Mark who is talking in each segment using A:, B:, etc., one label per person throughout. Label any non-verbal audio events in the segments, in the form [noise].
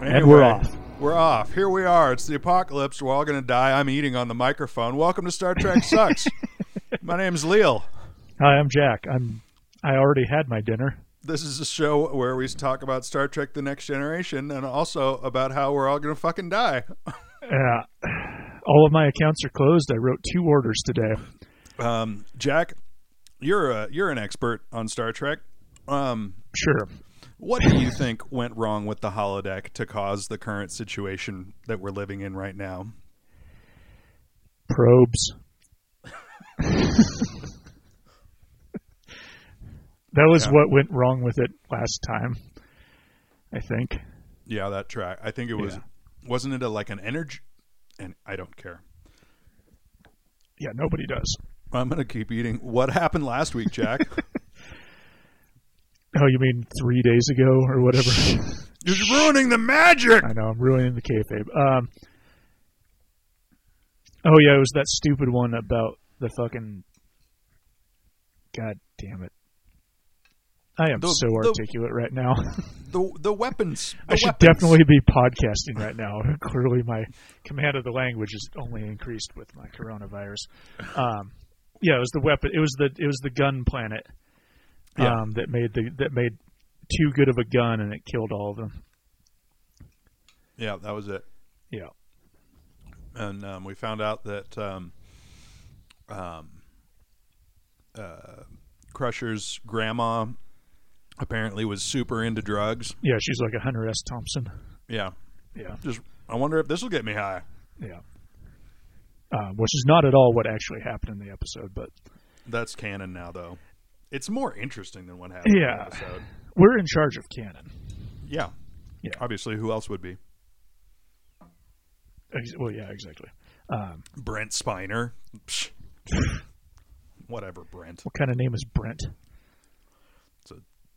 A: And
B: Anyway,
A: we're off.
B: We're off. Here we are. It's the apocalypse. We're all going to die. I'm eating on the microphone. Welcome to Star Trek Sucks.
A: [laughs]
B: my name's Leal.
A: Hi, I'm Jack. I'm. I already had my dinner.
B: This is a show where we talk about Star Trek The Next Generation and also about how we're all going to fucking die.
A: Uh, all of my accounts are closed. I wrote two orders today.
B: Um, Jack, you're a, you're an expert on Star Trek. Um,
A: Sure.
B: what do you think went wrong with the holodeck to cause the current situation that we're living in right now?
A: Probes. [laughs] that was
B: Yeah.
A: what went wrong with it last time, I think.
B: Yeah, that track. I think it was
A: Yeah.
B: wasn't it a, like an energy and I don't care.
A: Yeah, nobody does.
B: I'm gonna keep eating. What happened last week, Jack? [laughs]
A: Oh, you mean three days ago or whatever?
B: You're ruining the magic.
A: I know I'm ruining the kayfabe. Um, oh yeah, it was that stupid one about the fucking. God damn it! I am
B: The-
A: so
B: the-
A: articulate right now.
B: The the weapons. The
A: [laughs] I should
B: weapons.
A: definitely be podcasting right now. [laughs] Clearly, my command of the language is only increased with my coronavirus. Um, yeah, it was the weapon. It was the it was the gun planet um,
B: Yeah.
A: that made the that made too good of a gun and it killed all of them.
B: Yeah, that was it.
A: Yeah.
B: And um, we found out that um, um, uh, Crusher's grandma apparently was super into drugs.
A: Yeah, she's like a Hunter S. Thompson.
B: Yeah.
A: Yeah.
B: Just I wonder if this will get me high.
A: Yeah. Um, which is not at all what actually happened in the episode, but
B: That's canon now, though. It's more interesting than what happened. in the
A: Yeah.
B: episode.
A: we're in charge of canon.
B: Yeah.
A: Yeah.
B: Obviously, who else would be?
A: Ex- Well, yeah, exactly. Um,
B: Brent Spiner. Psh. Whatever, Brent.
A: what kind of name is Brent?
B: It's a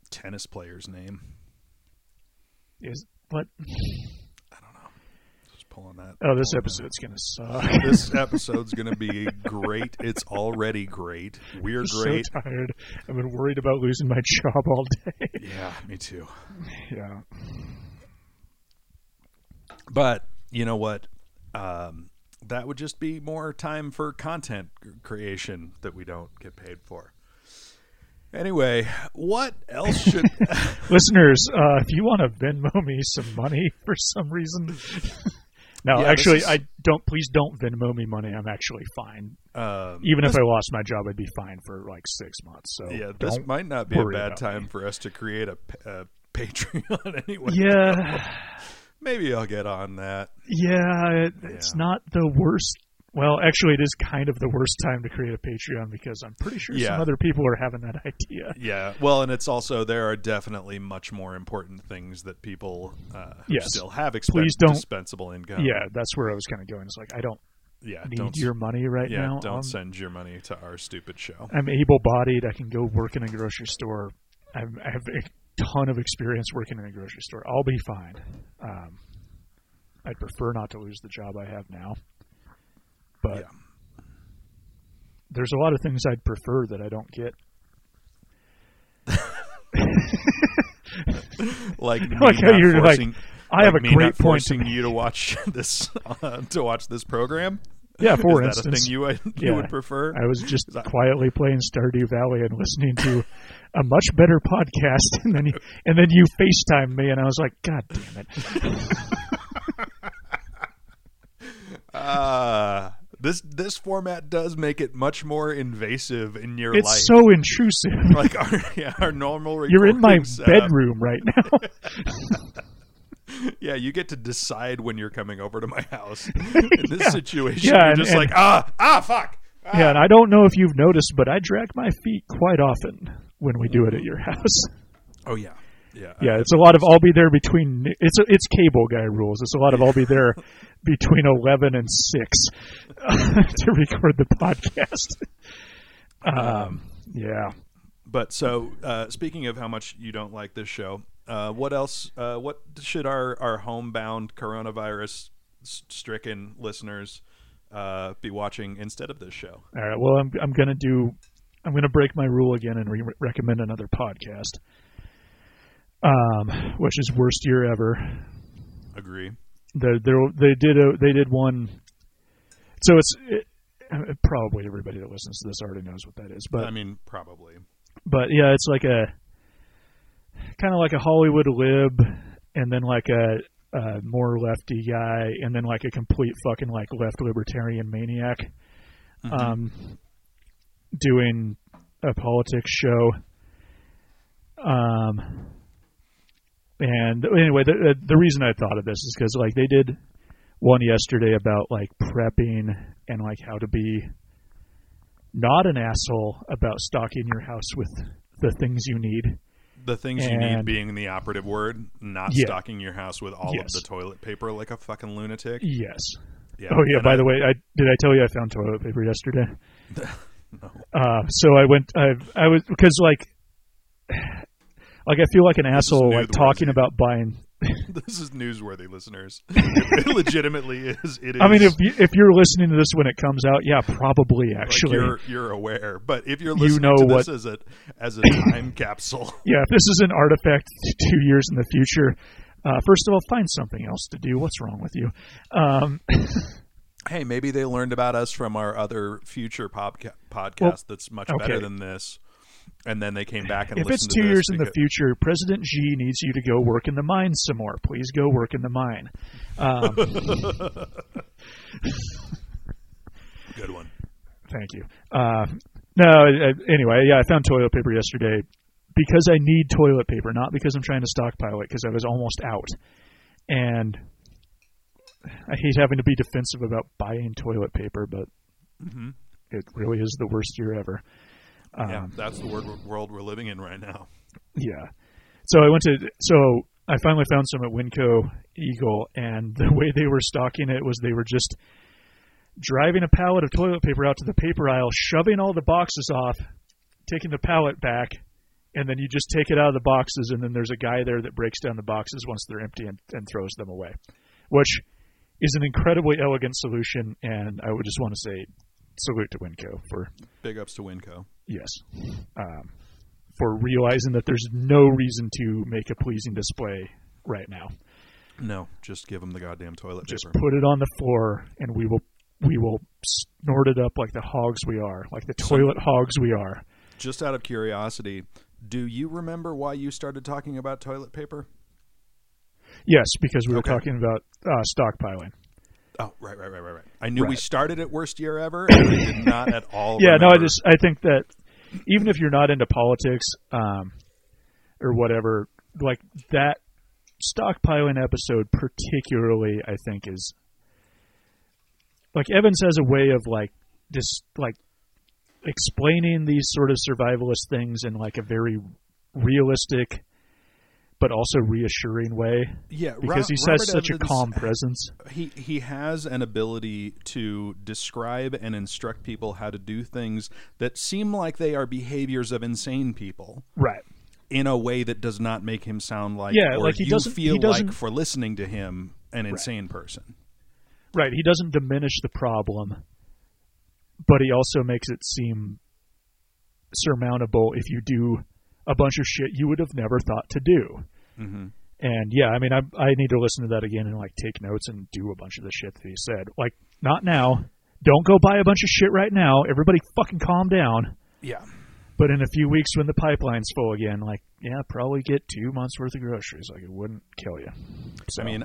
B: tennis player's name.
A: Is what?
B: Just pulling that.
A: Oh, this
B: pulling
A: episode's gonna suck.
B: [laughs] that. [laughs] This episode's going to be great. It's already great. We're
A: I'm
B: great.
A: so tired. I've been worried about losing my [laughs] job all day.
B: Yeah, me too.
A: yeah.
B: But you know what? Um, that would just be more time for content c- creation that we don't get paid for. Anyway, what else
A: [laughs]
B: should
A: Listeners, uh, if you want to Venmo me some money [laughs] for some reason. No,
B: Yeah, this
A: actually,
B: is-
A: I don't. Please don't Venmo me money. I'm actually fine.
B: um,
A: Even if I lost my job, I'd be fine for like six months. So
B: yeah, this
A: don't
B: might not be a
A: worry
B: bad
A: about
B: time for us to create a, p- a Patreon [laughs] anyway.
A: Yeah,
B: Maybe I'll get on that.
A: yeah, it, it's
B: Yeah.
A: not the worst. Well, actually, it is kind of the worst time to create a Patreon because I'm pretty sure
B: Yeah.
A: some other people are having that [laughs] idea.
B: Yeah. Well, and it's also there are definitely much more important things that people uh, who
A: Yes.
B: still have expen-
A: Please don't-
B: dispensable income.
A: Yeah, that's where I was kind of going. It's like I don't
B: Yeah.
A: need
B: don't
A: your money right
B: yeah,
A: now. Um,
B: don't
A: I'm,
B: send your money to our stupid
A: [laughs]
B: show.
A: I'm able-bodied. I can go work in a grocery store. I'm, I have a ton of experience working in a grocery store. I'll be fine. Um, I'd prefer not to lose the job I have now, but
B: Yeah.
A: there's a lot of things I'd prefer that I don't
B: [laughs]
A: get.
B: Like me
A: Like how
B: not
A: you're like,
B: forcing,
A: I have
B: like
A: a
B: me
A: great
B: not
A: point. To
B: forcing you to watch [laughs] this uh, to watch this program.
A: Yeah, for
B: Is that a
A: instance,
B: thing you would, [laughs] you
A: Yeah.
B: would prefer?
A: I was just
B: that-
A: quietly playing Stardew Valley and listening to a much better [laughs] podcast, and then you, and then you FaceTime me, and I was like, God
B: [laughs]
A: damn it!
B: Ah, this this format does make it much more invasive in your
A: It's
B: life.
A: so intrusive.
B: [laughs]
A: [laughs]
B: like our yeah, our normal. uh,
A: You're in my
B: recording setup.
A: bedroom right now.
B: [laughs] Yeah, you get to decide when you're coming over to my
A: [laughs]
B: house. In this
A: Yeah.
B: situation,
A: Yeah,
B: you're
A: and-
B: just
A: and-
B: like, ah, ah, fuck. Ah.
A: yeah, and I don't know if you've noticed, but I drag my feet quite often when we do it at
B: [laughs]
A: your house.
B: Oh yeah, yeah,
A: Yeah, it's a lot of I'll be there between it's it's cable guy rules. It's a lot of I'll be there
B: [laughs]
A: between eleven and six [laughs] to record the podcast. Um, yeah,
B: But so, uh, speaking of how much you don't like this show, uh, what else? Uh, what should our our homebound coronavirus s- stricken listeners uh, be watching instead of this show?
A: all right. Well, I'm I'm gonna do I'm gonna break my rule again and re- recommend another podcast, um, which is worst year ever.
B: Agree.
A: The, there, they did a, they did one. So it's it, probably everybody that listens to this already knows what that is, but
B: I mean, probably.
A: but yeah, it's like a kind of like a Hollywood lib, and then like a, a more lefty guy, and then like a complete fucking like left libertarian maniac,
B: Mm-hmm.
A: um, doing a politics show. Um, and anyway, the the reason I thought of this is because like they did one yesterday about like prepping and like how to be not an asshole about stocking your house with the things you need.
B: The things you need
A: And-
B: being the operative word, not
A: Yeah.
B: stocking your house with all
A: Yes.
B: of the toilet paper like a fucking lunatic.
A: Yes.
B: Yeah.
A: Oh yeah.
B: and
A: By
B: I-
A: the way, I did I tell you I found toilet paper yesterday.
B: [laughs] No.
A: Uh, so I went. I I was because like, like I feel like an asshole
B: new
A: like
B: the
A: talking
B: words.
A: about buying.
B: [laughs] This is newsworthy, listeners. [laughs] it legitimately is. It is.
A: I mean, if you, if you're listening to this when it comes out, yeah, probably actually.
B: like you're you're aware, but if you're
A: You
B: listening
A: know
B: to this as a as a
A: [coughs]
B: time capsule, [laughs]
A: yeah, if this is an artifact two years in the future, uh, first of all, find something else to do. What's wrong with you? Um,
B: hey, maybe they learned about us from our other future podca- podcast
A: Well,
B: that's much
A: okay.
B: better than this, and then they came back and
A: if it's
B: listened
A: two
B: to
A: years
B: this
A: in the
B: because-
A: future, President Xi needs you to go work in the mine some more. Please go work in the mine. Um,
B: Good one.
A: thank you. Uh, no, I- I- anyway, yeah, I found toilet paper yesterday because I need toilet paper, not because I'm trying to stockpile it, because I was almost out. And I hate having to be defensive about buying toilet paper, but
B: Mhm.
A: it really is the worst year ever. Um,
B: yeah, that's the word, world we're living in right now.
A: Yeah. So I went to so I finally found some at Winco Eagle, and the way they were stocking it was they were just driving a pallet of toilet paper out to the paper aisle, shoving all the boxes off, taking the pallet back, and then you just take it out of the boxes, and then there's a guy there that breaks down the boxes once they're empty and, and throws them away, which is an incredibly elegant solution, and I would just want to say salute to Winco for
B: Big ups to Winco.
A: Yes. Um, for realizing that there's no reason to make a pleasing display right now.
B: No, just give them the goddamn toilet
A: Just
B: paper.
A: put it on the floor and we will we will snort it up like the hogs we are, like the toilet hogs we are.
B: Just out of curiosity, do you remember why you started talking about toilet paper?
A: Yes, because we were
B: Okay.
A: talking about uh, stockpiling.
B: Oh, right, right, right, right, right. I knew we
A: Right.
B: started at worst year ever, and I did not at all.
A: [laughs] yeah, no, I
B: remember.
A: just I think that even if you're not into politics um, or whatever, like that stockpiling episode particularly, I think is like Evans has a way of like just like explaining these sort of survivalist things in like a very realistic but also reassuring way
B: yeah, Ro-
A: because he
B: Robert
A: has such a
B: Evans-
A: calm presence.
B: He he has an ability to describe and instruct people how to do things that seem like they are behaviors of insane people
A: Right.
B: in a way that does not make him sound like
A: Yeah,
B: or
A: like he
B: you
A: doesn't-
B: feel
A: he doesn't-
B: like for listening to him an insane person.
A: Right. He doesn't diminish the problem, but he also makes it seem surmountable if you do a bunch of shit you would have never thought to do.
B: hmm
A: And yeah, I mean, I, I need to listen to that again and like take notes and do a bunch of the shit that he said. Like, not now. Don't go buy a bunch of shit right now. Everybody fucking calm down.
B: Yeah.
A: But in a few weeks when the pipeline's full again, like, yeah, probably get two months worth of groceries. Like, it wouldn't kill you. So,
B: I mean,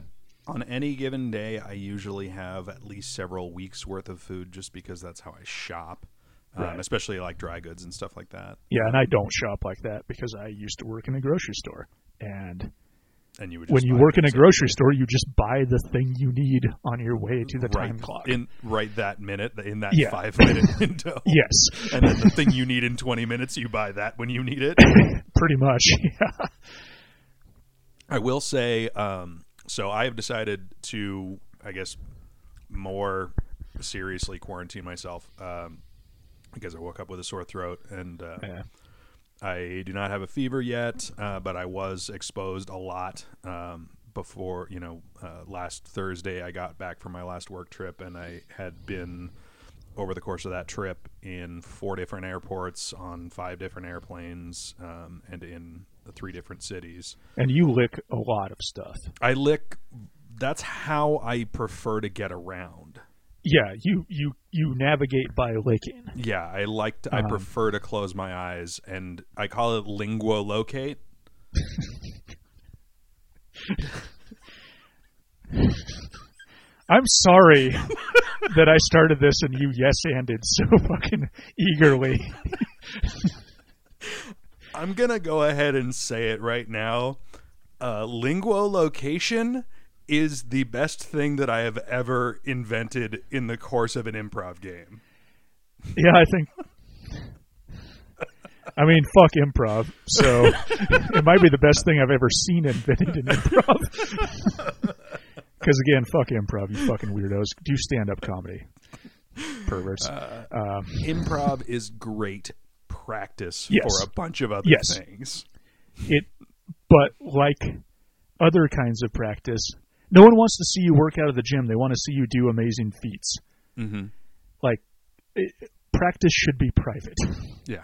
B: on any given day, I usually have at least several weeks worth of food just because that's how I shop, um,
A: Right.
B: especially like dry goods and stuff like that.
A: yeah, and I don't shop like that because I used to work in a grocery store. And
B: And you would just
A: when you
B: buy
A: work in a
B: things that-
A: grocery store, you just buy the thing you need on your way to the
B: right
A: time clock.
B: in right that minute in that
A: Yeah.
B: five minute [laughs]
A: [laughs]
B: window.
A: yes,
B: And then the thing you need in 20 minutes, you buy that when you need it.
A: pretty much. [laughs] Yeah.
B: I will say, um, so I have decided to, I guess, more seriously quarantine myself um, because I woke up with a sore throat and uh,
A: Yeah.
B: I do not have a fever yet, uh, but I was exposed a lot um, before, you know, uh, last Thursday I got back from my last work trip and I had been over the course of that trip in four different airports on five different airplanes um, and in three different cities.
A: And you lick a lot of stuff.
B: I lick that's how I prefer to get around.
A: Yeah, you you you navigate by licking.
B: Yeah, I like to, I
A: Um,
B: prefer to close my eyes and I call it lingua locate. [laughs]
A: I'm sorry that I started this and you yes anded so fucking eagerly.
B: I'm going to go ahead and say it right now. Uh lingua location is the best thing that I have ever invented in the course of an improv game.
A: Yeah, I think. I mean, fuck improv. So it might be the best thing I've ever seen invented in improv. Because again, fuck improv, you fucking weirdos. Do stand up comedy, perverts. um,
B: Improv is great practice
A: Yes.
B: for a bunch of other
A: Yes.
B: things.
A: it, but like other kinds of practice, no one wants to see you work out of the gym. They want to see you do amazing feats.
B: Mhm.
A: Like it, practice should be private.
B: Yeah.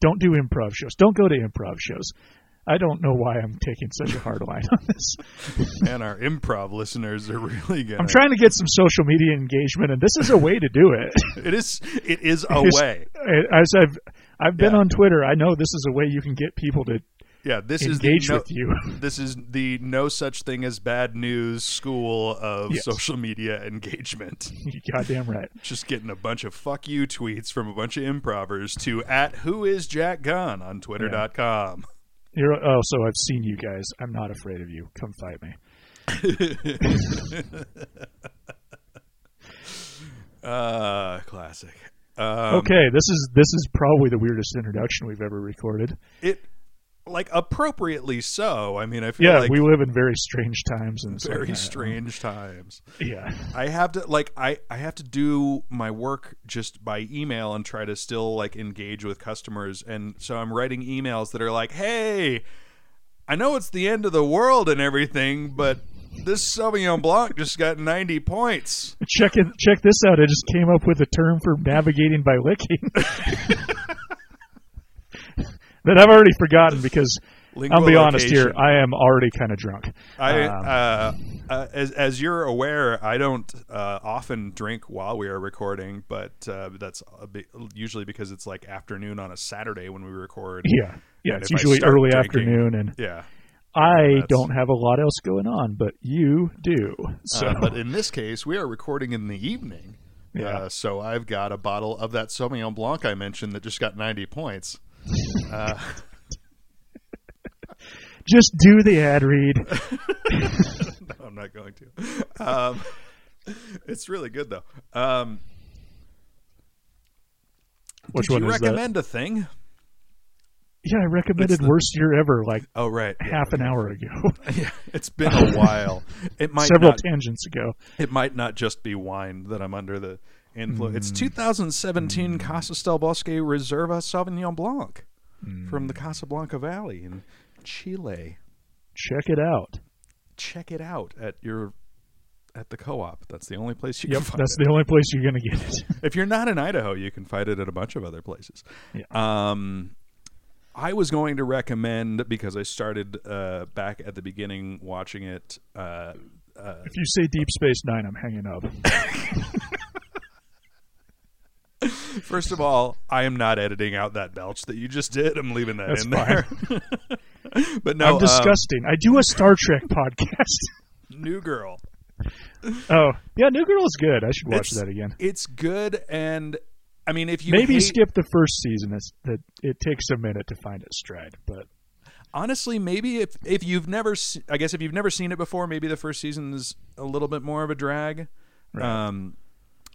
A: don't do improv shows. Don't go to improv shows. I don't know why I'm taking such a hard line on this.
B: Man, our improv listeners are [laughs] really good.
A: I'm trying to get some social media engagement, and this is a way to do it. [laughs]
B: It is it is a
A: It's-
B: way.
A: As I've I've been
B: Yeah.
A: on Twitter, I know this is a way you can get people to
B: Yeah, this
A: engage
B: is the no,
A: with you. [laughs]
B: this is the no such thing as bad news school of
A: Yes.
B: social media engagement.
A: you goddamn right.
B: Just getting a bunch of fuck you tweets from a bunch of improvers to at who is Jack Gunn on twitter.com.
A: You're oh, so I've seen you guys. I'm not afraid of you. Come fight me.
B: Uh classic. Um,
A: okay, this is this is probably the weirdest introduction we've ever recorded.
B: It like appropriately so. I mean, I feel
A: Yeah,
B: like
A: we live in very strange times and it's
B: very
A: like,
B: strange times.
A: Yeah,
B: I have to like I I have to do my work just by email and try to still like engage with customers and so I'm writing emails that are like, "Hey, I know it's the end of the world and everything, but this Sauvignon Blanc just got 90 points."
A: check it. Check this out. I just came up with a term for navigating by licking [laughs] that I've already forgotten because I'll be honest here.
B: Lingual
A: I am already kind of drunk.
B: I
A: Um,
B: uh, uh, as as you're aware, I don't uh, often drink while we are recording, but uh, that's a bit- usually because it's like afternoon on a Saturday when we
A: [laughs]
B: record.
A: yeah, yeah.
B: and
A: It's
B: if I
A: usually
B: start
A: early
B: drinking-
A: afternoon, and
B: Yeah.
A: I
B: that's-
A: don't have a lot else going on, but you do. [laughs] So
B: Uh, but in this case, we are recording in the evening.
A: Yeah.
B: Uh, so I've got a bottle of that Sauvignon Blanc I mentioned that just got 90 points. [laughs] Uh,
A: just do the
B: [laughs]
A: ad read.
B: no, I'm not going to. Um, [laughs] it's really good, though. Um,
A: Which
B: did
A: one
B: you
A: is that?
B: recommend a thing?
A: Yeah, I recommended
B: It's the-
A: worst year ever like
B: Oh, right. Yeah,
A: half an
B: okay.
A: hour ago,
B: [laughs]
A: [laughs]
B: Yeah, it's been a while. It might
A: several
B: not,
A: tangents ago.
B: it might not just be wine that I'm under the influence. It's
A: Mm.
B: 2017 Casas del Bosque Reserva Sauvignon Blanc
A: Mm.
B: from the Casablanca Valley in Chile.
A: Check it out.
B: Check it out at your at the co-op. That's the only place you
A: Yep,
B: can find
A: that's
B: it.
A: the only place you're gonna get it.
B: if you're not in Idaho, you can find it at a bunch of other places.
A: Yeah.
B: Um, I was going to recommend because I started uh, back at the beginning watching it. Uh, uh,
A: If you say Deep Space Nine, I'm
B: [laughs]
A: hanging up.
B: First of all, I am not editing out that belch that you just did. I'm leaving that
A: That's
B: in there. [laughs] but no,
A: I'm
B: um,
A: disgusting. I do a Star Trek [laughs] podcast. [laughs]
B: New Girl.
A: oh, yeah, New Girl is good. I should watch
B: It's-
A: that again.
B: It's good, and I mean, if you
A: Maybe
B: hate-
A: skip the first season. It's, that it takes a minute to find its stride, but
B: honestly, maybe if if you've never, se- I guess if you've never seen it before, maybe the first season is a little bit more of a drag. Um,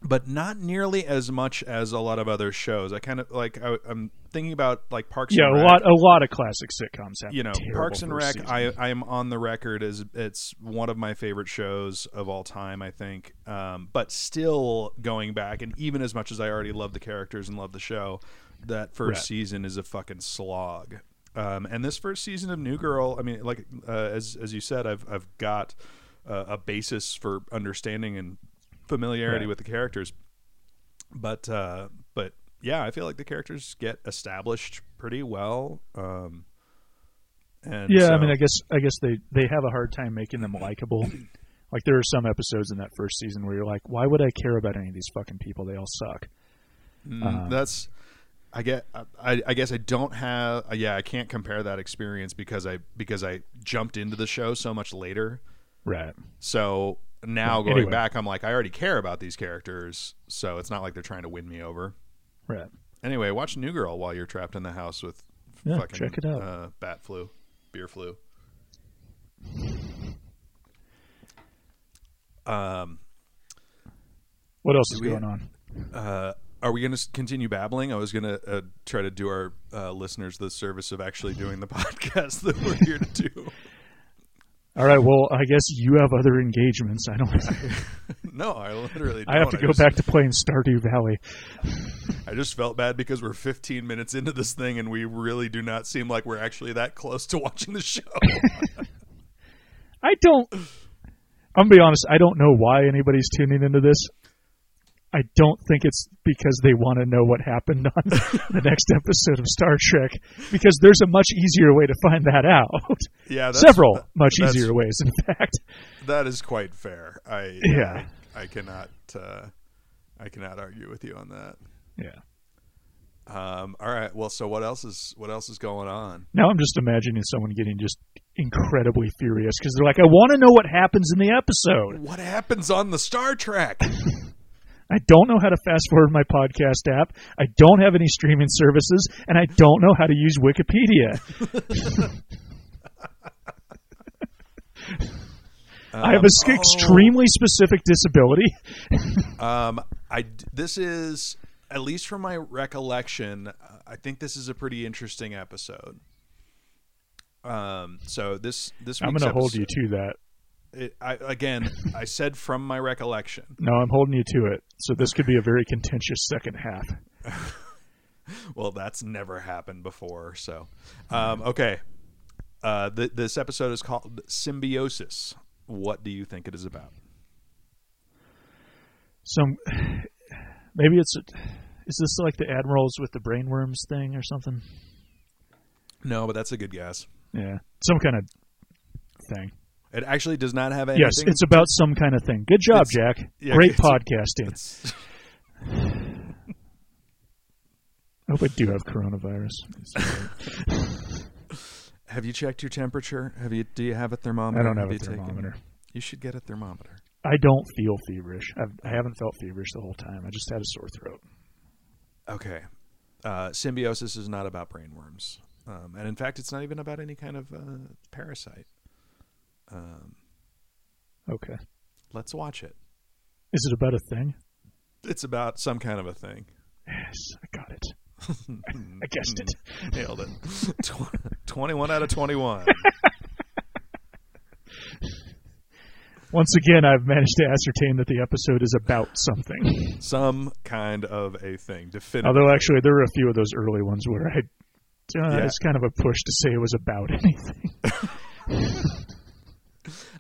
B: but not nearly as much as a lot of other shows. I kind of like. I, I'm thinking about like Parks.
A: yeah,
B: and
A: a
B: Rec.
A: lot a lot of classic sitcoms have
B: you know
A: terrible
B: parks and rec
A: first seasons.
B: i i'm on the record as it's one of my favorite shows of all time i think um, but still going back and even as much as i already love the characters and love the show that first
A: Right.
B: season is a fucking slog um, and this first season of new girl i mean like uh, as as you said i've i've got uh, a basis for understanding and familiarity
A: Right.
B: with the characters but uh but yeah i feel like the characters get established pretty well um and
A: yeah,
B: so- [coughs]
A: I mean, I guess I guess they they have a hard time making them likable. Like there are some episodes in that first season where you're like, why would I care about any of these fucking people? They all suck. uh-huh.
B: Mm, that's I get I, I guess I don't have uh, yeah I can't compare that experience because I because I jumped into the show so much later
A: Right.
B: so now
A: Right,
B: going
A: anyway.
B: back I'm like I already care about these characters so it's not like they're trying to win me over
A: Right.
B: anyway watch New Girl while you're trapped in the house with
A: Yeah,
B: fucking
A: check it out.
B: Uh, bat flu beer flu um
A: What else is
B: we-
A: going on?
B: uh, are we going to continue babbling? I was going to uh, try to do our uh, listeners the service of actually doing the [laughs] podcast that we're here to
A: [laughs]
B: do.
A: All right. Well, I guess you have other engagements. I
B: [laughs]
A: don't.
B: no, I literally. Don't.
A: I have to go
B: just,
A: back to playing Stardew Valley.
B: I just felt bad because we're 15 minutes into this thing and we really do not seem like we're actually that close to [laughs] watching the show.
A: I don't. I'm gonna be honest. I don't know why anybody's tuning into this. I don't think it's because they want to know what happened [laughs] on the next episode of Star Trek, because there's a much easier way to find that out.
B: [laughs] yeah, that's,
A: Several much
B: that's-
A: easier ways, in fact.
B: That is quite fair. I uh,
A: Yeah.
B: I, I cannot. Uh, I cannot argue with you on that.
A: Yeah.
B: Um, all right. Well, so what else is what else is going on?
A: Now I'm just imagining someone getting just incredibly furious because they're like, "I want to know what happens in the episode.
B: What happens on the Star Trek?
A: I don't know how to fast forward my podcast app. I don't have any streaming services, and I don't know how to use
B: [laughs]
A: Wikipedia." I have
B: Um,
A: an extremely specific
B: [laughs]
A: disability.
B: Um, I d- this is at least from my recollection. I think this is a pretty interesting episode. Um, so this this
A: I'm
B: week's
A: going to hold
B: episode-
A: you to that.
B: It, I, again, I said from my recollection. [laughs]
A: No, I'm holding you to it. So this could be a very contentious second half.
B: Well, that's never happened before. So, um, okay. Uh, th- this episode is called Symbiosis. What do you think it is about?
A: Some [sighs] maybe it's is this like the admirals with the brainworms thing or something?
B: No, but that's a good guess.
A: Yeah, some kind of thing.
B: It actually does not have anything.
A: Yes, it's about some kind of thing. Good job,
B: It's-
A: Jack.
B: yeah,
A: Great
B: it's-
A: podcasting.
B: it's
A: I hope I do have
B: [laughs]
A: coronavirus.
B: Have you checked your temperature? Have you? Do you have a thermometer?
A: I don't have
B: you
A: a
B: taken-
A: thermometer.
B: You should get a thermometer.
A: I don't feel feverish. I've, I haven't felt feverish the whole time. I just had a sore throat.
B: Okay. Uh, symbiosis is not about brainworms, um, and in fact, it's not even about any kind of uh, parasite. Um,
A: Okay.
B: let's watch it.
A: Is it about a thing?
B: It's about some kind of a thing.
A: Yes, I got it. I guessed it.
B: [laughs] Nailed it. Tw- twenty-one out of twenty-one.
A: [laughs] Once again, I've managed to ascertain that the episode is about something.
B: [laughs] some kind of a thing. Definitive.
A: Although, actually, there were a few of those early ones where I. Uh,
B: Yeah.
A: It's kind of a push to say it was about [laughs] anything.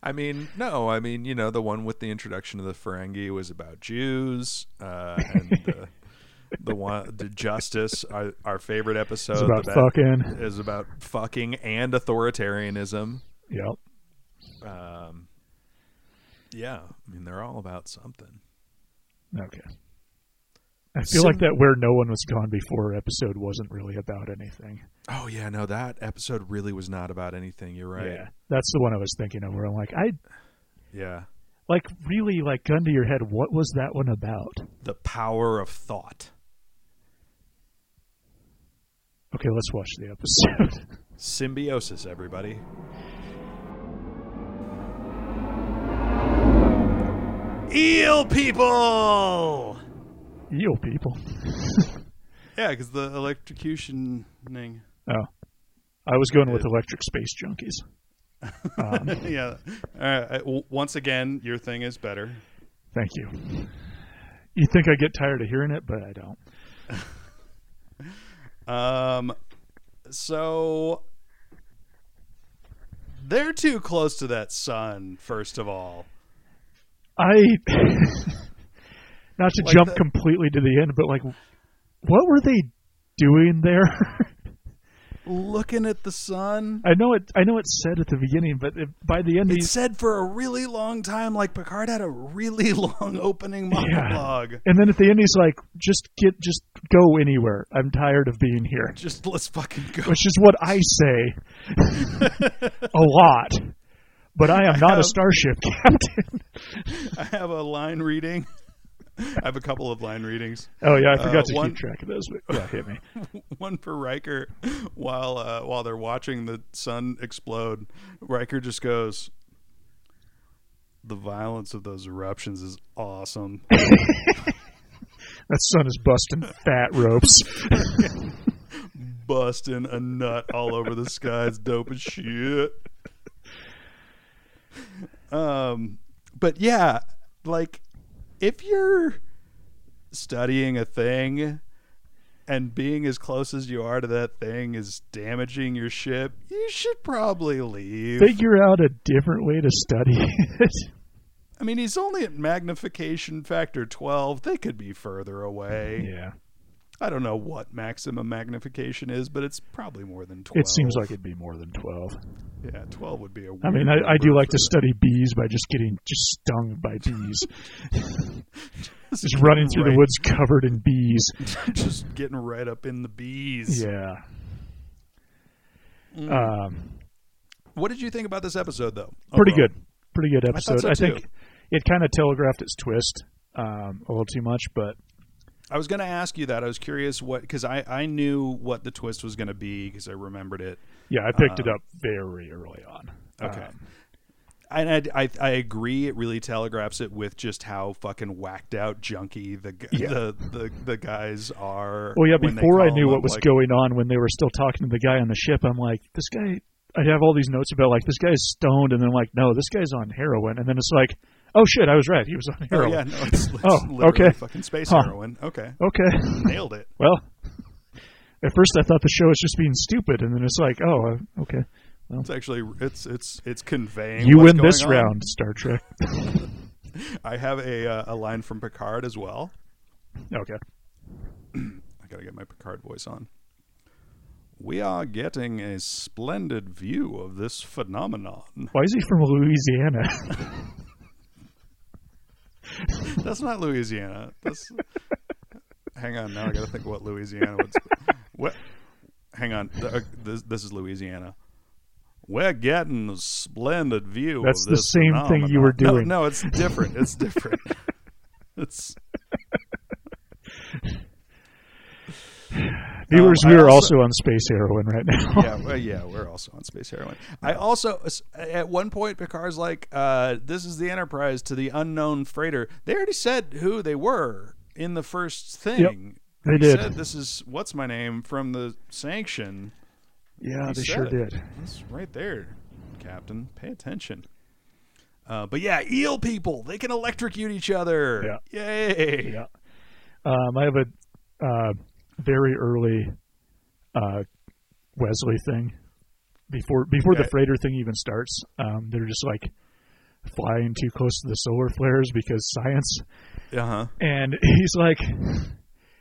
B: I mean, no. I mean, you know, the one with the introduction of the Ferengi was about Jews, uh, and the, the one, the Justice, our, our favorite episode,
A: It's about
B: the best-
A: fucking.
B: is about fucking and authoritarianism.
A: Yep.
B: Um, yeah, I mean, they're all about something.
A: Okay. I feel
B: Sim-
A: like that where no one was gone before episode wasn't really about anything.
B: Oh yeah, no, that episode really was not about anything. You're right.
A: Yeah, that's the one I was thinking of. Where I'm like, I
B: yeah.
A: like really like gun to your head. What was that one about?
B: the power of thought.
A: Okay, let's watch the episode. [laughs]
B: Symbiosis, everybody. Eel people!
A: Eel people.
B: Yeah, because the electric.
C: Electrocutioning.
A: Oh, I was going with electric space junkies. Um,
C: [laughs] yeah. All right. I- w- Once again, your thing is better.
A: Thank you. You think I get tired of hearing it, but I don't.
C: Um,
B: So.
C: they're too close to that sun. First of all,
A: I [laughs] not to
B: Like
A: jump
B: the-
A: [laughs] completely to the end, but like, what were they doing there?
C: looking at the sun.
A: I know it. I know it's said at the beginning, but it, by the end,
C: It
A: he's,
C: said for a really long time, like Picard had a really [laughs] long opening monologue.
A: and then at the end, he's like, "Just get, just go anywhere. I'm tired of being here,"
C: [laughs] Just let's fucking go.
A: which is what I say a lot. But I am not a
C: have-
A: starship [laughs] captain.
C: I have a line reading.
D: I have a couple of line readings.
A: oh yeah, I forgot to
C: uh, one-
A: keep track of those. But yeah, hit me.
C: [laughs] one for Riker while uh, while they're watching the sun explode. Riker just goes,
D: The violence of those eruptions is awesome.
A: That son is busting fat ropes.
C: busting a nut all over the sky. It's dope as shit. Um, but yeah, like if you're studying a thing and being as close as you are to that thing is damaging your ship, you should probably leave.
A: Figure out a different way to study it.
C: I mean, he's only at magnification factor 12. They could be further away.
A: yeah,
C: I don't know what maximum magnification is, but it's probably more than 12.
A: it seems like it'd be more than twelve.
C: Yeah, 12 would be a
A: I
C: weird
A: mean, I, I do
C: number
A: like
C: for
A: to
C: the-
A: study bees by just getting just stung by
C: [laughs]
A: bees, just running through the woods covered in bees.
C: [laughs] just getting right up in the bees.
A: Yeah.
C: Mm.
A: Um,
C: What did you think about this episode, though?
A: pretty
C: overall?
A: good, pretty good
C: thought
A: episode.
C: so,
A: I, think it kind of telegraphed its twist um, a little too much, but
C: I was going to ask you that. I was curious what, because I, I knew what the twist was going to be because I remembered it.
A: yeah, I picked it up very early on.
C: Okay.
A: Um,
C: and I, I I agree. It really telegraphs it with just how fucking whacked out junky the g
A: Yeah.
C: the, the the guys are.
A: well, yeah,
C: when they
A: before I
C: call
A: knew
C: them
A: what
C: up,
A: was
C: like,
A: going on when they were still talking to the guy on the ship, I'm like, this guy. I have all these notes about like this guy's stoned, and then like, no, this guy's on heroin, and then it's like, oh shit, I was right, he was on
C: Oh,
A: heroin.
C: yeah, no, it's, it's
A: [laughs] Oh,
C: literally
A: okay.
C: fucking space
A: Huh.
C: heroin. Okay,
A: Okay. [laughs]
C: nailed it.
A: Well, at first I thought the show was just being stupid, and then it's like, oh, uh, okay.
C: It's actually it's it's it's conveying.
A: You
C: what's
A: win
C: going
A: this
C: on.
A: round, Star Trek. [laughs]
C: I have a uh, a line from Picard as well.
A: Okay.
C: I gotta get my Picard voice on. We are getting a splendid view of this phenomenon. [laughs]
A: Why is he from Louisiana? [laughs]
C: That's not Louisiana. That's [laughs] hang on. Now I gotta think what Louisiana was. [laughs] what? Hang on. Th- uh, This, this is Louisiana. We're getting a splendid view.
A: That's
C: of
A: the
C: this
A: same thing you were
C: phenomenon.
A: doing.
C: No, no, it's different.
A: [laughs]
C: It's different. it's
A: Viewers,
C: Um, I
A: we are
C: also-
A: also on space heroin right now.
C: yeah, well, yeah, we're also on space heroin. I also, at one point, Picard's like, uh, "This is the Enterprise to the unknown freighter." They already said who they were in the first thing.
A: [laughs] they did.
C: Said, this is what's my name from the sanction.
A: Yeah,
C: He
A: they
C: said
A: sure
C: it.
A: did.
C: It's right there, Captain. Pay attention. Uh, but yeah, eel people—they can electrocute each other. Yay!
A: Yeah. Um, I have a uh, very early uh, Wesley thing before before the
C: Okay.
A: freighter thing even starts. Um, they're just like flying too close to the solar flares because science.
C: Uh huh.
A: and [laughs] he's like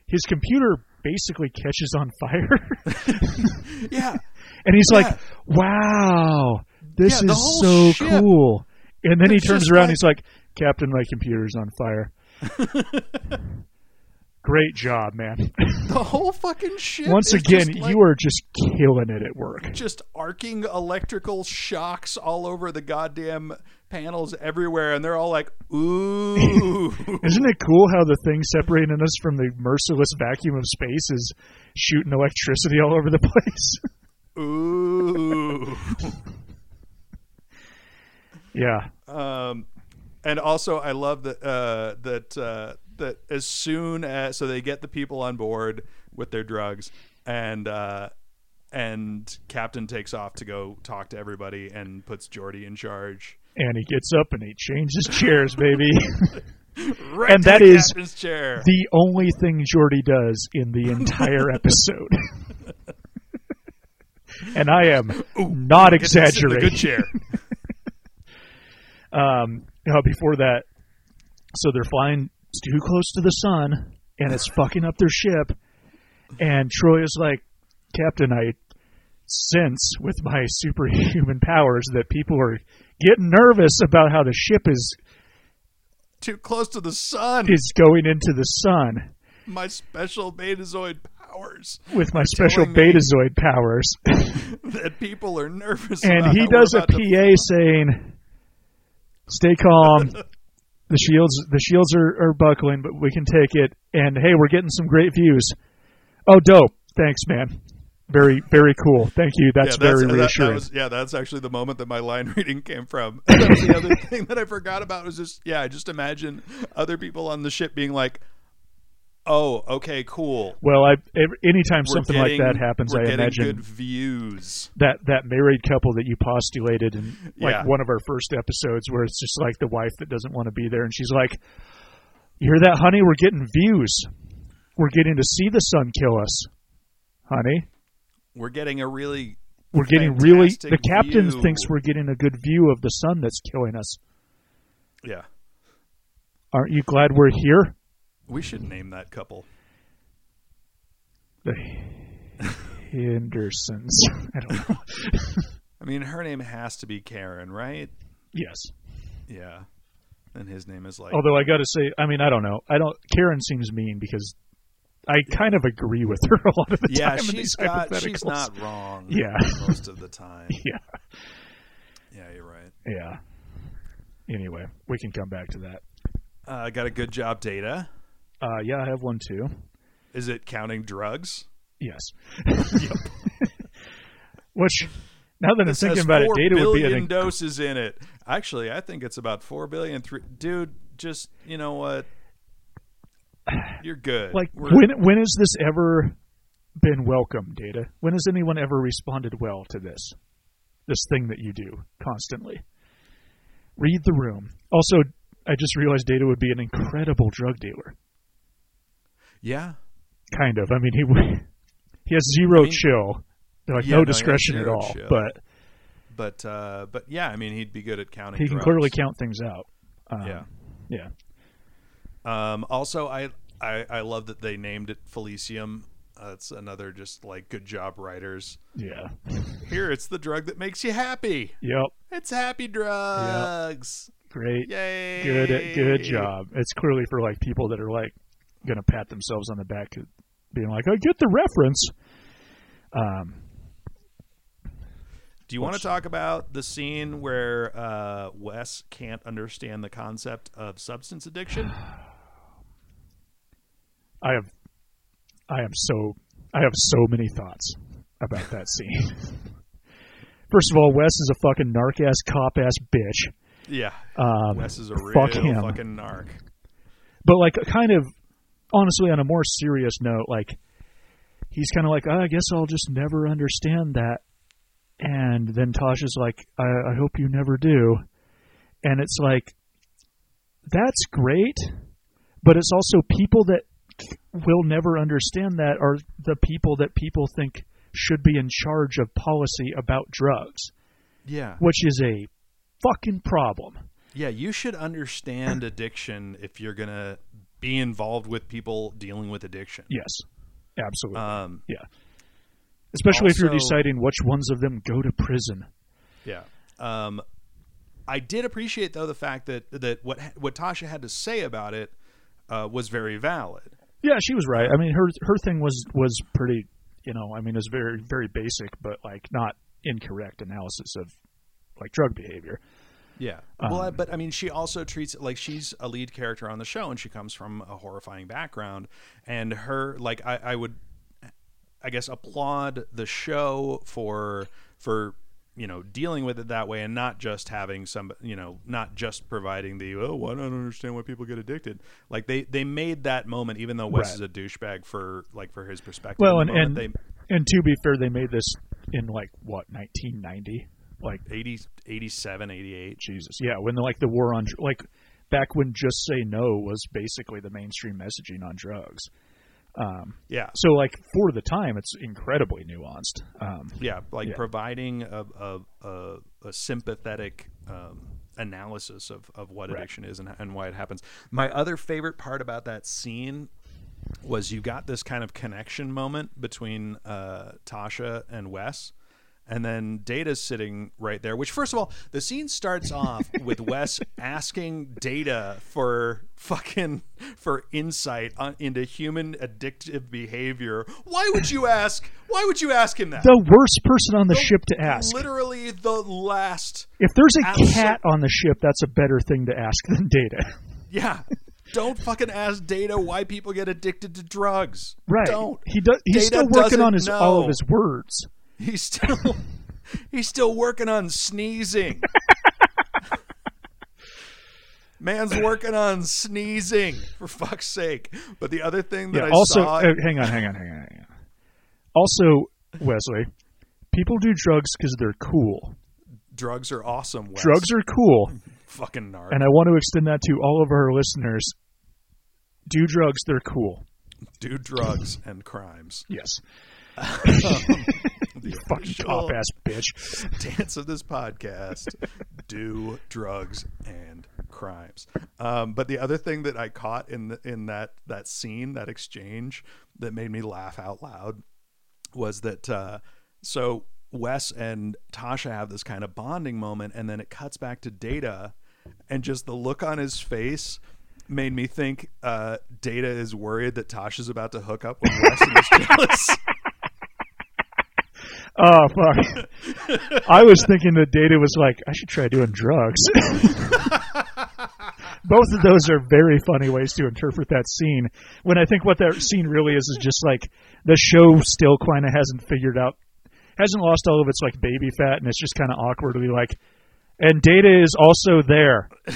A: his computer basically catches on fire [laughs]
C: Yeah.
A: and he's
C: Yeah.
A: like wow this
C: Yeah, the
A: is
C: whole
A: so
C: ship.
A: cool and then he
C: It's
A: turns
C: just
A: around
C: like-
A: and he's like captain my computer's on
C: [laughs]
A: fire great job man
C: The whole fucking
A: [laughs]
C: ship.
A: once
C: is
A: again
C: just like-
A: you are just killing it at work
C: just arcing electrical shocks all over the goddamn panels everywhere, and they're all like, "Ooh, [laughs]
A: isn't it cool how the thing separating us from the merciless vacuum of space is shooting electricity all over the [laughs] place
C: ooh."
A: yeah
C: Um, and also, I love that uh, that uh, that as soon as so they get the people on board with their drugs, and uh, and Captain takes off to go talk to everybody and puts Jordy in charge.
A: and he gets up and he changes chairs baby [laughs]
C: Right
A: And
C: to
A: that
C: the
A: is
C: captain's chair.
A: the only thing Jordy does in the
C: [laughs]
A: entire episode. [laughs] and I am not
C: Get to sit in the
A: exaggerating. [laughs]
C: good chair.
A: Um, now, before that, so they're flying too close to the sun, and it's fucking up their ship. And Troy is like, Captain, I sense with my superhuman powers that people are getting nervous about how the ship is
B: Too close to the
A: [laughs]
B: sun.
A: is going into the sun
B: My special betazoid powers
A: with my special
B: telling me.
A: betazoid powers.
B: that people are nervous about
A: and he
B: how
A: does
B: we're
A: a
B: about to- [laughs]
A: PA saying, "Stay calm. the shields, the shields are, are buckling, but we can take it. And hey, we're getting some great views. Oh, dope! Thanks, man. Very, very cool. Thank you. That's, very
B: that- that
A: reassuring.
B: was- yeah, that's actually the moment that my line [laughs] reading came from. And That was the
A: [laughs]
B: other thing that I forgot about was just yeah, I just imagine other people on the ship being like, "Oh, okay, cool."
A: well, I ev- anytime
B: We're
A: something
B: getting-
A: like that happens,
B: we're
A: I
B: getting
A: imagine
B: good views.
A: that that married couple that you postulated in like
B: Yeah.
A: one of our first episodes, where it's just like the wife that doesn't want to be there, and she's like, "You hear that, honey? We're getting views. We're getting to see the sun kill us, honey."
B: We're getting a really
A: We're getting really
B: Fantastic
A: the captain
B: view.
A: thinks we're getting a good view of the sun that's killing us.
B: yeah.
A: Aren't you glad we're here?
B: We should name that couple.
A: The
B: [laughs]
A: Hendersons. [laughs] I don't know.
B: I mean, her name has to be Karen, right?
A: yes.
B: Yeah. And his name is like
A: Although I got to say, I mean, I don't know. I don't. Karen seems mean because I kind of agree with her [laughs] a lot of the
B: Yeah,
A: time. in
B: she's
A: these
B: got she's
A: hypotheticals.
B: not wrong
A: Yeah.
B: most of the time.
A: [laughs] Yeah.
B: Yeah, you're right.
A: Yeah. Anyway, we can come back to that.
B: Uh, I got a good job data.
A: Uh, yeah, I have one too.
B: Is it counting drugs?
A: Yes. [laughs] Which, now that I'm thinking about it,
B: four
A: data would be an
B: billion doses in it. Actually, I think it's about four billion. Three, dude, just you know what? You're good.
A: like
B: We're-
A: when when has this ever been welcome data when has anyone ever responded well to this this thing that you do constantly read the room also i just realized data would be an incredible drug dealer
B: yeah,
A: kind of i mean he would- [laughs] he has zero
B: I mean-
A: chill like
B: Yeah, no,
A: no
B: he has
A: discretion at
B: zero
A: all
B: chill.
A: but
B: but uh, but yeah, I mean, he'd be good at counting.
A: he can
B: drugs.
A: clearly count things out um,
B: Yeah.
A: yeah
B: Um, also, I, I I love that they named it Felicium. That's another just like good job writers.
A: yeah
B: Here, it's the drug that makes you happy.
A: yep
B: It's happy drugs.
A: great
B: Yay!
A: good good job it's clearly for like people that are like gonna pat themselves on the back being like i get the reference um
B: Do you want to talk about the scene where uh, Wes can't understand the concept of substance addiction?
A: i have i am so i have so many thoughts about that scene first of all wes is a fucking narc ass cop ass bitch
B: Yeah,
A: um
B: Wes is a real
A: fuck him.
B: fucking narc.
A: but like kind of honestly on a more serious note like he's kind of like oh, i guess i'll just never understand that and then tasha's like I, I hope you never do and it's like that's great but it's also people that will never understand that are the people that people think should be in charge of policy about drugs
B: Yeah,
A: which is a fucking problem
B: yeah. You should understand addiction if you're gonna be involved with people dealing with addiction.
A: yes absolutely
B: Um,
A: especially if you're
B: also-
A: deciding which ones of them go to prison
B: Yeah. Um, I did appreciate though the fact that that what what Tasha had to say about it uh, was very valid.
A: Yeah, she was right. I mean, her her thing was was pretty, you know, I mean, it was very very basic, but like not incorrect analysis of like drug behavior.
B: Yeah. well,
A: Um,
B: I, but I mean, she also treats it like she's a lead character on the show, and she comes from a horrifying background, and her like I, I would, I guess, applaud the show for for you know dealing with it that way and not just having some you know not just providing the oh I don't understand why people get addicted like they they made that moment even though Wes
A: Right.
B: is a douchebag for like for his perspective
A: Well,
B: in
A: and
B: the
A: and,
B: moment,
A: and to be fair, they made this in like what 1990, like
B: they 80, 87 88
A: Jesus, yeah, when the, like the war on dr- like back when just say no was basically the mainstream messaging on drugs. Um,
B: yeah
A: So like for the time, it's incredibly nuanced. Um,
B: yeah like
A: Yeah.
B: providing a, a, a, a sympathetic um, analysis of, of what addiction is and, and why it happens my other favorite part about that scene was you got this kind of connection moment between uh, tasha and wes And then Data's sitting right there, which, first of all, the scene starts off with Wes asking Data for fucking for insight on, into human addictive behavior. Why would you ask? Why would you ask him that?
A: The worst person on the ship to ask.
B: Literally the last.
A: If there's a
B: Absolute-
A: cat on the ship, that's a better thing to ask than data. [laughs]
B: Yeah. Don't fucking ask Data why people get addicted to drugs.
A: Right.
B: Don't.
A: He does. He's
B: Data
A: still working
B: doesn't
A: on his all of
B: know.
A: his words.
B: He's still he's still working on sneezing. Man's working on sneezing for fuck's sake. But the other thing that
A: Yeah.
B: I
A: also,
B: saw,
A: uh, hang on, hang on, hang on, hang on. Also, Wesley, people do drugs because they're cool.
B: drugs are awesome. Wes.
A: Drugs are cool,
B: fucking gnarly.
A: and I want to extend that to all of our listeners. Do drugs? They're cool.
B: Do drugs and crimes.
A: Yes.
B: The
A: Fucking
B: official
A: top ass bitch.
B: stance of this podcast do drugs and crimes um, but the other thing that i caught in the, in that that scene that exchange that made me laugh out loud was that uh, so wes and tasha have this kind of bonding moment and then it cuts back to data and just the look on his face made me think uh, data is worried that tasha's about to hook up with wes and is jealous
A: Oh fuck!
B: [laughs]
A: I was thinking that Data was like, I should try doing drugs. Both of those are very funny ways to interpret that scene. When I think what that scene really is is just like the show still kind of hasn't figured out, hasn't lost all of its like baby fat, and it's just kind of awkwardly like. And Data is also
B: [laughs]
A: there, [laughs]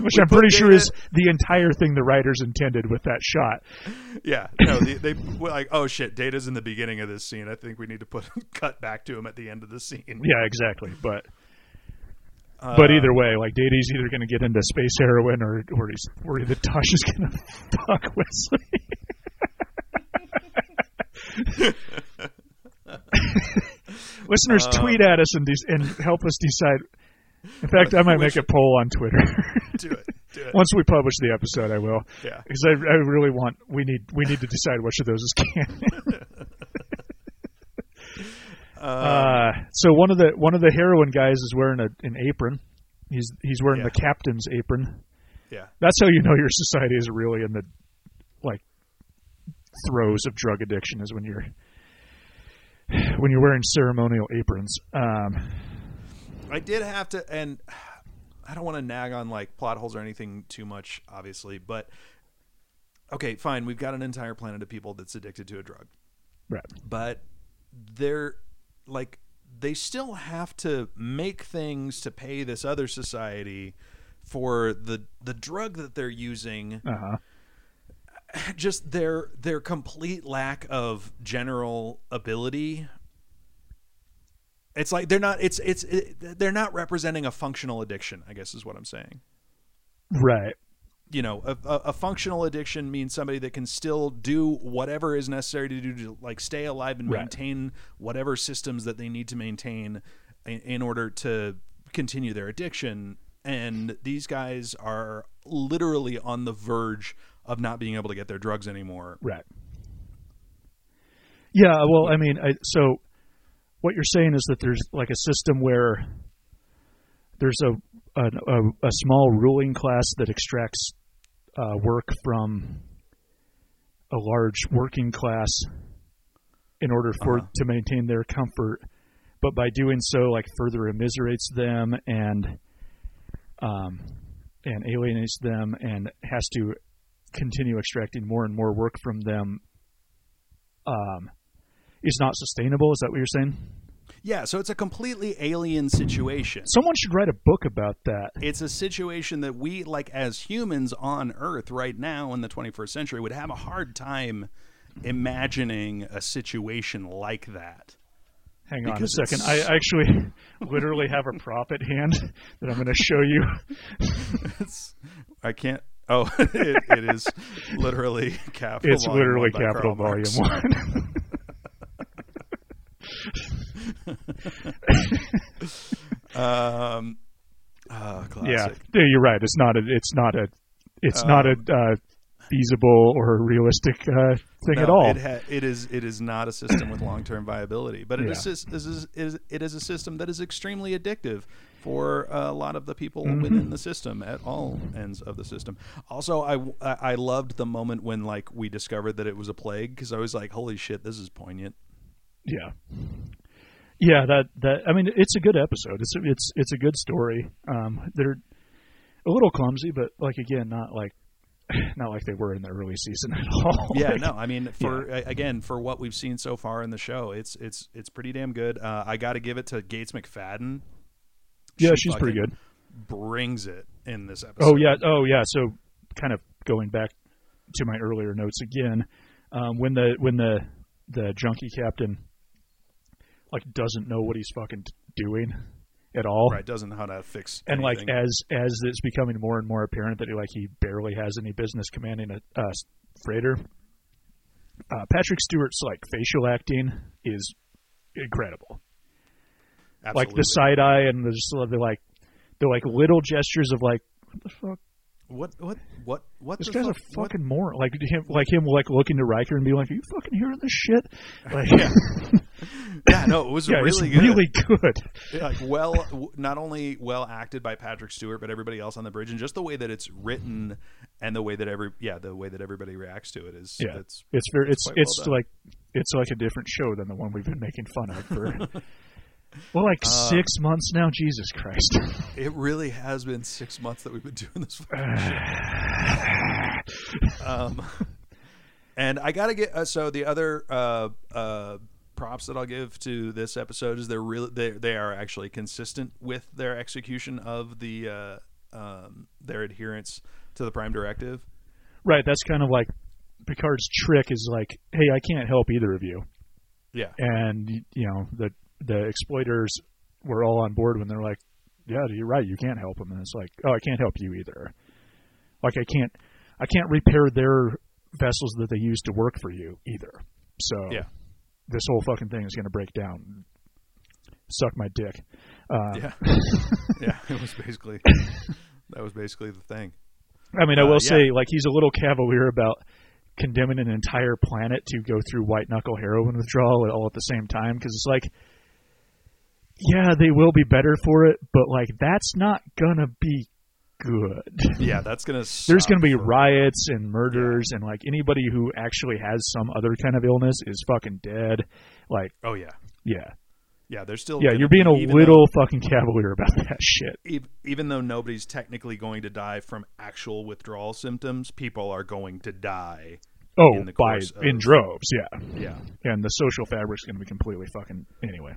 A: which I'm
B: put
A: pretty sure
B: Data-
A: is the entire thing the writers intended with that shot.
B: Yeah, no, they, they were like, oh shit, Data's in the beginning of this scene. I think we need to put [laughs] cut back to him at the end of the scene.
A: Yeah, exactly. But but either way, like Data's either going to get into space heroin or or he's worried that Tasha's going to [laughs] fuck Wesley. Listeners, tweet at us and de- and help us decide. In fact, I might make a poll on Twitter [laughs]
B: do it, do it.
A: once we publish the episode. I will
B: Yeah,
A: because I, I really want we need we need to decide which of those is
B: [laughs]
A: canon.
B: Um,
A: uh, so one of the one of the heroin guys is wearing a, an apron. He's he's wearing
B: Yeah.
A: the captain's apron.
B: yeah,
A: That's how you know your society is really in the like throes of drug addiction is when you're when you're wearing ceremonial aprons. Um,
B: I did have to, and I don't want to nag on like plot holes or anything too much, obviously. But okay, fine, we've got an entire planet of people that's addicted to a drug.
A: right.
B: but they're like they still have to make things to pay this other society for the the drug that they're using
A: Uh-huh.
B: just their their complete lack of general ability it's like they're not it's it's it, they're not representing a functional addiction i guess is what i'm saying
A: Right.
B: you know a, a, a functional addiction means somebody that can still do whatever is necessary to do to like stay alive and
A: Right.
B: maintain whatever systems that they need to maintain in, in order to continue their addiction and these guys are literally on the verge of not being able to get their drugs anymore
A: Right. Yeah, well, I mean, I, so what you're saying is that there's like a system where there's a a, a, a small ruling class that extracts uh, work from a large working class in order for to maintain their comfort, but by doing so, like further immiserates them and um, and alienates them and has to continue extracting more and more work from them um, is not sustainable. Is that what you're saying?
B: yeah so it's a completely alien situation
A: Someone should write a book about that.
B: it's a situation that we like as humans on earth right now in the 21st century would have a hard time imagining a situation like that
A: Hang on
B: Because
A: a second.
B: it's-
A: I actually [laughs] literally have a prop at hand [laughs] that I'm going to show you.
B: [laughs] it's i can't oh [laughs] it, it is literally [laughs] capital
A: It's
B: Volume
A: literally
B: One by
A: Capital
B: Karl Marx.
A: Volume [laughs] 1.
B: um oh, classic. Um,
A: yeah. Yeah, you're right. It's not a it's not a it's not a uh, feasible or a realistic uh, thing
B: No,
A: at all.
B: It, ha- it is it is not a system with long term viability, but it is sys- is- is- is- it is a system that is extremely addictive for uh, a lot of the people
A: Mm-hmm.
B: within the system at all ends of the system. Also, I w- I I loved the moment when like we discovered that it was a plague because I was like, holy shit, this is
A: [laughs]
B: poignant.
A: Yeah. Yeah, that that I mean, it's a good episode. It's a, it's it's a good story. Um, they're a little clumsy, but like again, not like [sighs] not like they were in the early season at [laughs] all.
B: yeah
A: Like,
B: no i mean for a- again for what we've seen so far in the show it's it's it's pretty damn good uh, i gotta give it to gates mcfadden
A: Yeah, she's pretty
B: fucking
A: good.
B: brings it in this episode
A: Oh yeah. Oh yeah. So kind of going back to my earlier notes again, um, when the when the the junkie captain like doesn't know what he's fucking doing at all,
B: right doesn't know how to fix
A: and like
B: anything.
A: as as it's becoming more and more apparent that he, like he barely has any business commanding a, a freighter uh, patrick stewart's like facial acting is incredible like
B: Absolutely.
A: the side eye and the just the like the like little gestures of like what the fuck
B: what what what what
A: this
B: the
A: guy's
B: fuck,
A: a
B: what-
A: fucking moron like him like him like looking to Riker and being like are you fucking hearing
B: [laughs]
A: this shit like [laughs]
B: yeah yeah no it was
A: yeah, it's
B: really good
A: really good
B: like well w- not only well acted by Patrick Stewart but everybody else on the bridge and just the way that it's written and the way that every yeah the way that everybody reacts to it is
A: Yeah.
B: it's
A: It's very it's
B: quite well
A: it's
B: done.
A: like it's like a different show than the one we've been making fun
B: [laughs]
A: of for well like
B: Uh,
A: six months now. Jesus Christ!
B: It really has been six months that we've been doing this fucking shit. um, and I gotta get uh, so the other uh, uh, props that I'll give to this episode is they're really they they are actually consistent with their execution of the uh, um, [laughs] their adherence to the prime directive.
A: right, that's kind of like Picard's trick is like, hey, I can't help either of you,
B: Yeah,
A: and you know the the exploiters were all on board when they're like, yeah, you're right, you can't help them, and it's like, oh, I can't help you either. Like I can't I can't repair their vessels that they use to work for you either. So
B: Yeah.
A: this whole fucking thing is going to break down. Suck my dick. Uh,
B: yeah, yeah. It was basically that was basically the thing.
A: I mean, I
B: Uh,
A: will
B: yeah.
A: say, like, he's a little cavalier about condemning an entire planet to go through white knuckle heroin withdrawal all at the same time because it's like, yeah, they will be better for it, but like, that's not gonna be good.
B: Yeah, that's gonna
A: There's
B: suck
A: gonna be
B: for-
A: riots and murders, and like anybody who actually has some other kind of illness is fucking dead. Like,
B: oh yeah
A: yeah,
B: yeah. There's still
A: yeah,
B: gonna
A: you're being
B: be-
A: a
B: even though-
A: little fucking cavalier about that shit.
B: ev- even though nobody's technically going to die from actual withdrawal symptoms, people are going to die.
A: Oh,
B: in the
A: by
B: course of-
A: in droves, yeah,
B: Yeah.
A: and the social fabric's gonna be completely fucking anyway.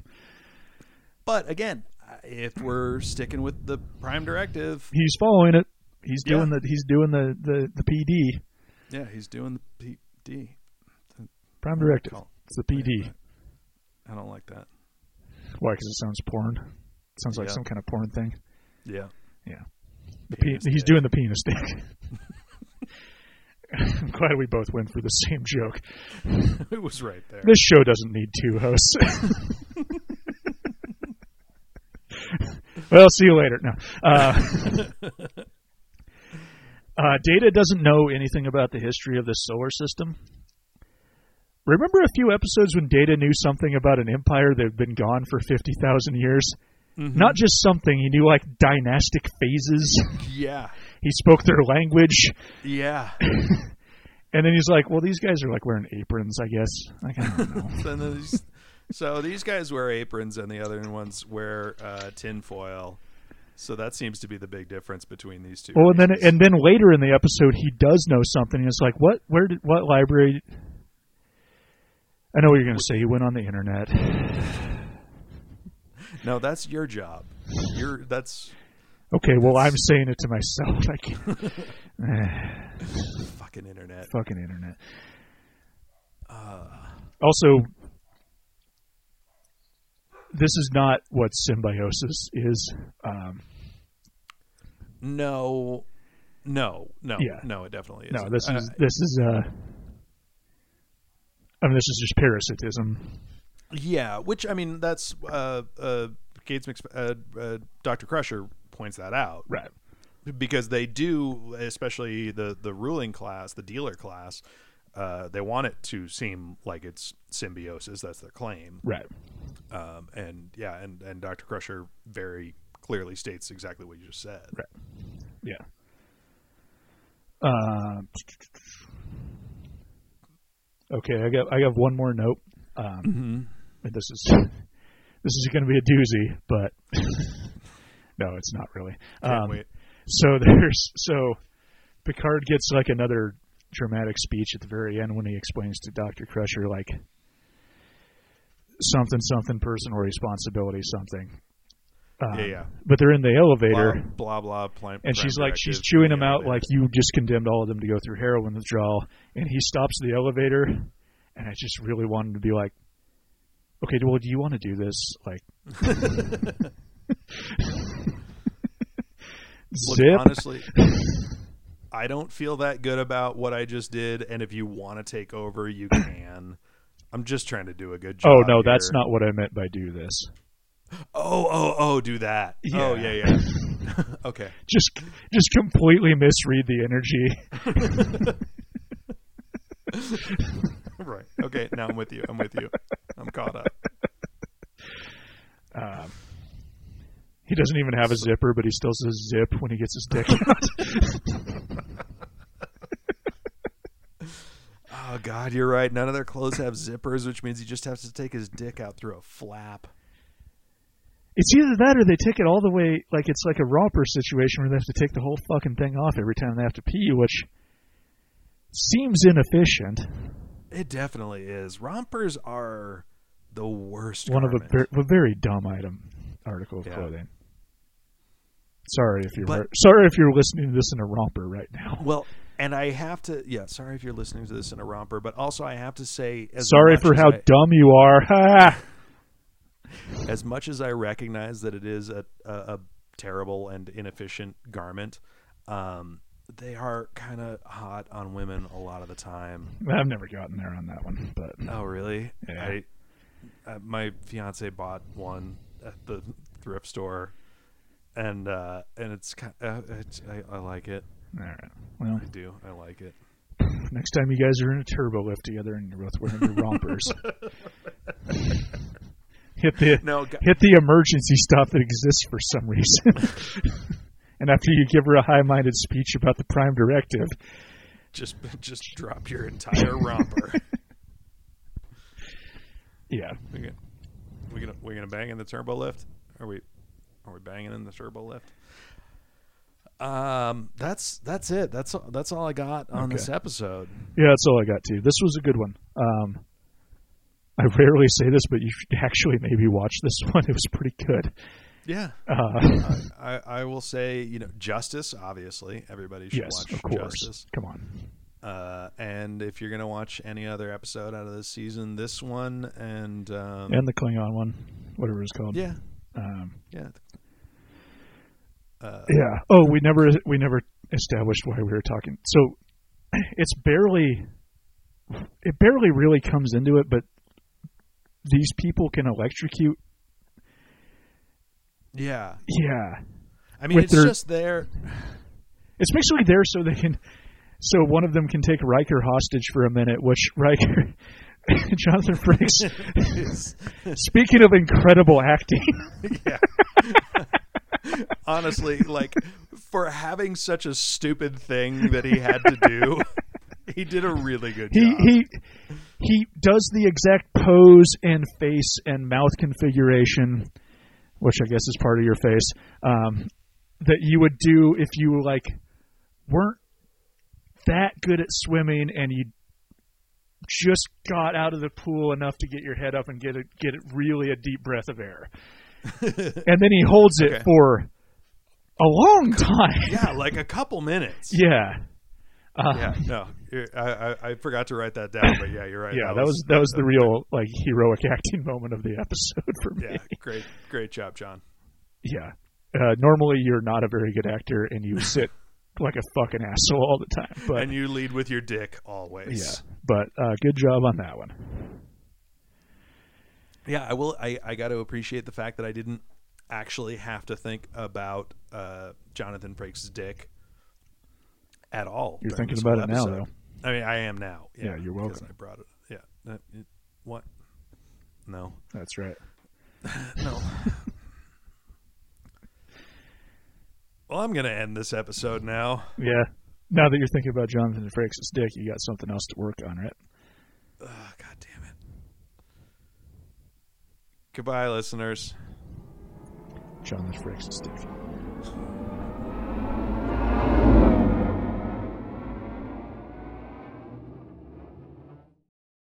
B: But again, uh, if we're sticking with the prime directive,
A: he's following it. He's
B: Yeah.
A: doing the he's doing the the, the PD
B: yeah, he's doing the PD.
A: prime directive.
B: Call-
A: It's the PD.
B: I don't like that.
A: Why? Because it sounds porn. It sounds like
B: Yeah.
A: some kind of porn thing.
B: Yeah.
A: Yeah. The pe-
B: Penis
A: he's
B: dick.
A: doing the penis thing. [laughs] I'm glad we both went for the same joke.
B: [laughs] it was right there.
A: This show doesn't need two hosts. [laughs] well, see you later. No. Uh, [laughs] uh, Data doesn't know anything about the history of the solar system. Remember a few episodes when Data knew something about an empire that had been gone for 50,000 years? Not just something, he knew like dynastic phases.
B: Yeah.
A: he spoke their language.
B: Yeah.
A: And then he's like, well, these guys are like wearing aprons, I guess. Like, I
B: [laughs]
A: don't know.
B: so, these, so these guys wear aprons and the other ones wear uh, tinfoil. So that seems to be the big difference between these two.
A: Well, and then
B: races.
A: and then later in the episode, he does know something. And it's like, what? Where did what library? I know what you're going to say. He went on the internet.
B: no, that's your job. You're that's
A: Okay, well, I'm saying it to myself. [laughs] I can't.
B: fucking internet.
A: Fucking internet. Uh, also, this is not what symbiosis is. Um,
B: No, no, no,
A: Yeah.
B: no. It definitely is.
A: no, this
B: I-
A: is this is. Uh, I mean, this is just parasitism.
B: yeah. Which I mean, that's uh, uh, Gates, McSp- uh, uh, Doctor Crusher points that out.
A: Right.
B: because they do, especially the the ruling class, the dealer class. Uh, they want it to seem like it's symbiosis. That's their claim.
A: Right.
B: Um, and yeah, and and Doctor Crusher very clearly states exactly what you just said.
A: Right. Yeah. Um okay, I got I got one more note. Um,
B: Mm-hmm.
A: and this is [laughs] this is going to be a doozy, but [laughs] no, it's not really.
B: Can't
A: Um,
B: wait.
A: so [laughs] there's so Picard gets like another dramatic speech at the very end when he explains to Doctor Crusher like something something personal responsibility something. Um,
B: Yeah, yeah.
A: But they're in the elevator
B: Blah blah blah. Plan, prime
A: and she's like she's
B: directive,
A: chewing him
B: yeah,
A: out
B: they-
A: like you just condemned all of them to go through heroin withdrawal and he stops the elevator and i just really wanted to be like okay well do you want to do this like
B: Look,
A: zip
B: honestly, I don't feel that good about what I just did, and if you want to take over, you can. I'm just trying to do a good job.
A: oh no that's
B: here.
A: not what i meant by do this
B: Oh, oh, oh, do that. Oh,
A: Yeah.
B: yeah, yeah. [laughs] okay.
A: just just completely misread the energy [laughs]
B: Right. Okay. Now I'm with you. I'm with you. I'm caught up.
A: um, he doesn't even have a zipper but he still says zip when he gets his dick out
B: Oh, God, you're right. None of their clothes have zippers, which means he just has to take his dick out through a flap.
A: It's either that or they take it all the way, like it's like a romper situation where they have to take the whole fucking thing off every time they have to pee, which seems inefficient.
B: It definitely is. Rompers are the worst.
A: One of a,
B: garment.
A: ver- a very dumb item article of
B: Yeah.
A: clothing. Sorry if you're
B: But-
A: sorry if you're listening to this in a romper right now.
B: Well, and I have to. Yeah, sorry if you're listening to this in a romper, but also I have to say, [laughs] as
A: Sorry
B: much
A: for
B: as
A: how
B: I-
A: dumb you are. [laughs] Ha!
B: as much as I recognize that it is a a, a terrible and inefficient garment, um, they are kind of hot on women a lot of the time.
A: I've never gotten there on that one, but
B: Oh, really?
A: Yeah.
B: I, uh, my fiance bought one at the thrift store, and uh, and it's kind. Uh, it's, I, I like it.
A: all right. Well,
B: I do. I like it.
A: next time you guys are in a turbo lift together and you're both wearing your
B: [laughs]
A: rompers, hit the
B: No, g-
A: hit the emergency stop that exists for some reason. [laughs] and after you give her a high-minded speech about the prime directive,
B: just just drop your entire [laughs] romper.
A: yeah,
B: we gonna we gonna we gonna bang in the turbo lift? Are we are we banging in the turbo lift? Um, that's that's it. That's all- that's all I got on
A: Okay.
B: this episode.
A: yeah, that's all I got to. This was a good one. Um, I rarely say this, but you should actually maybe watch this [laughs] one. It was pretty good.
B: Yeah,
A: Uh,
B: I, I, I will say you know justice. Obviously, everybody should
A: yes,
B: watch
A: of course.
B: justice.
A: Come on,
B: Uh, and if you're gonna watch any other episode out of this season, this one and um,
A: and the Klingon one, whatever it's called.
B: yeah,
A: Um,
B: yeah. Uh,
A: Yeah. Oh, we never we never established why we were talking. So it's barely it barely really comes into it, but these people can electrocute.
B: yeah.
A: Yeah.
B: I mean,
A: With
B: it's
A: their-
B: just there.
A: It's basically there so they can so one of them can take Riker hostage for a minute, which Riker [laughs] Jonathan Frakes [laughs]
B: It's-
A: speaking of incredible acting.
B: yeah. Honestly, like for having such a stupid thing that he had to
A: [laughs]
B: do, he did a really good
A: He
B: job.
A: he he does the exact pose and face and mouth configuration, which I guess is part of your face, um, that you would do if you like weren't that good at swimming and you just got out of the pool enough to get your head up and get a, get a, really a deep breath of air, and then he holds it
B: Okay.
A: for a long time.
B: yeah, like a couple minutes.
A: [laughs] Yeah. Uh,
B: Yeah, no, you're- I, I, I forgot to write that down, but yeah, you're right.
A: yeah, that was that was the real like heroic [laughs] acting moment of the episode for me.
B: yeah, great, great job, John.
A: Yeah. Uh, normally, you're not a very good actor, and [laughs] you sit like a fucking asshole all the time. But
B: And you lead with your dick always.
A: yeah, but uh, good job on that one.
B: Yeah, I will. I, I got to appreciate the fact that I didn't actually have to think about uh, Jonathan breaks dick at all.
A: You're
B: during
A: thinking
B: this
A: about
B: whole
A: it now,
B: episode. I mean, I am now.
A: Yeah, you're
B: because
A: welcome.
B: I brought it. Yeah. Uh, it- What? No. [laughs]
A: That's right.
B: No. well, I'm gonna end this episode now.
A: Yeah. Now that you're thinking about Jonathan Frakes' dick, you got something else to work on, right?
B: Ugh, God damn it. Goodbye, listeners.
A: Jonathan Frakes' dick.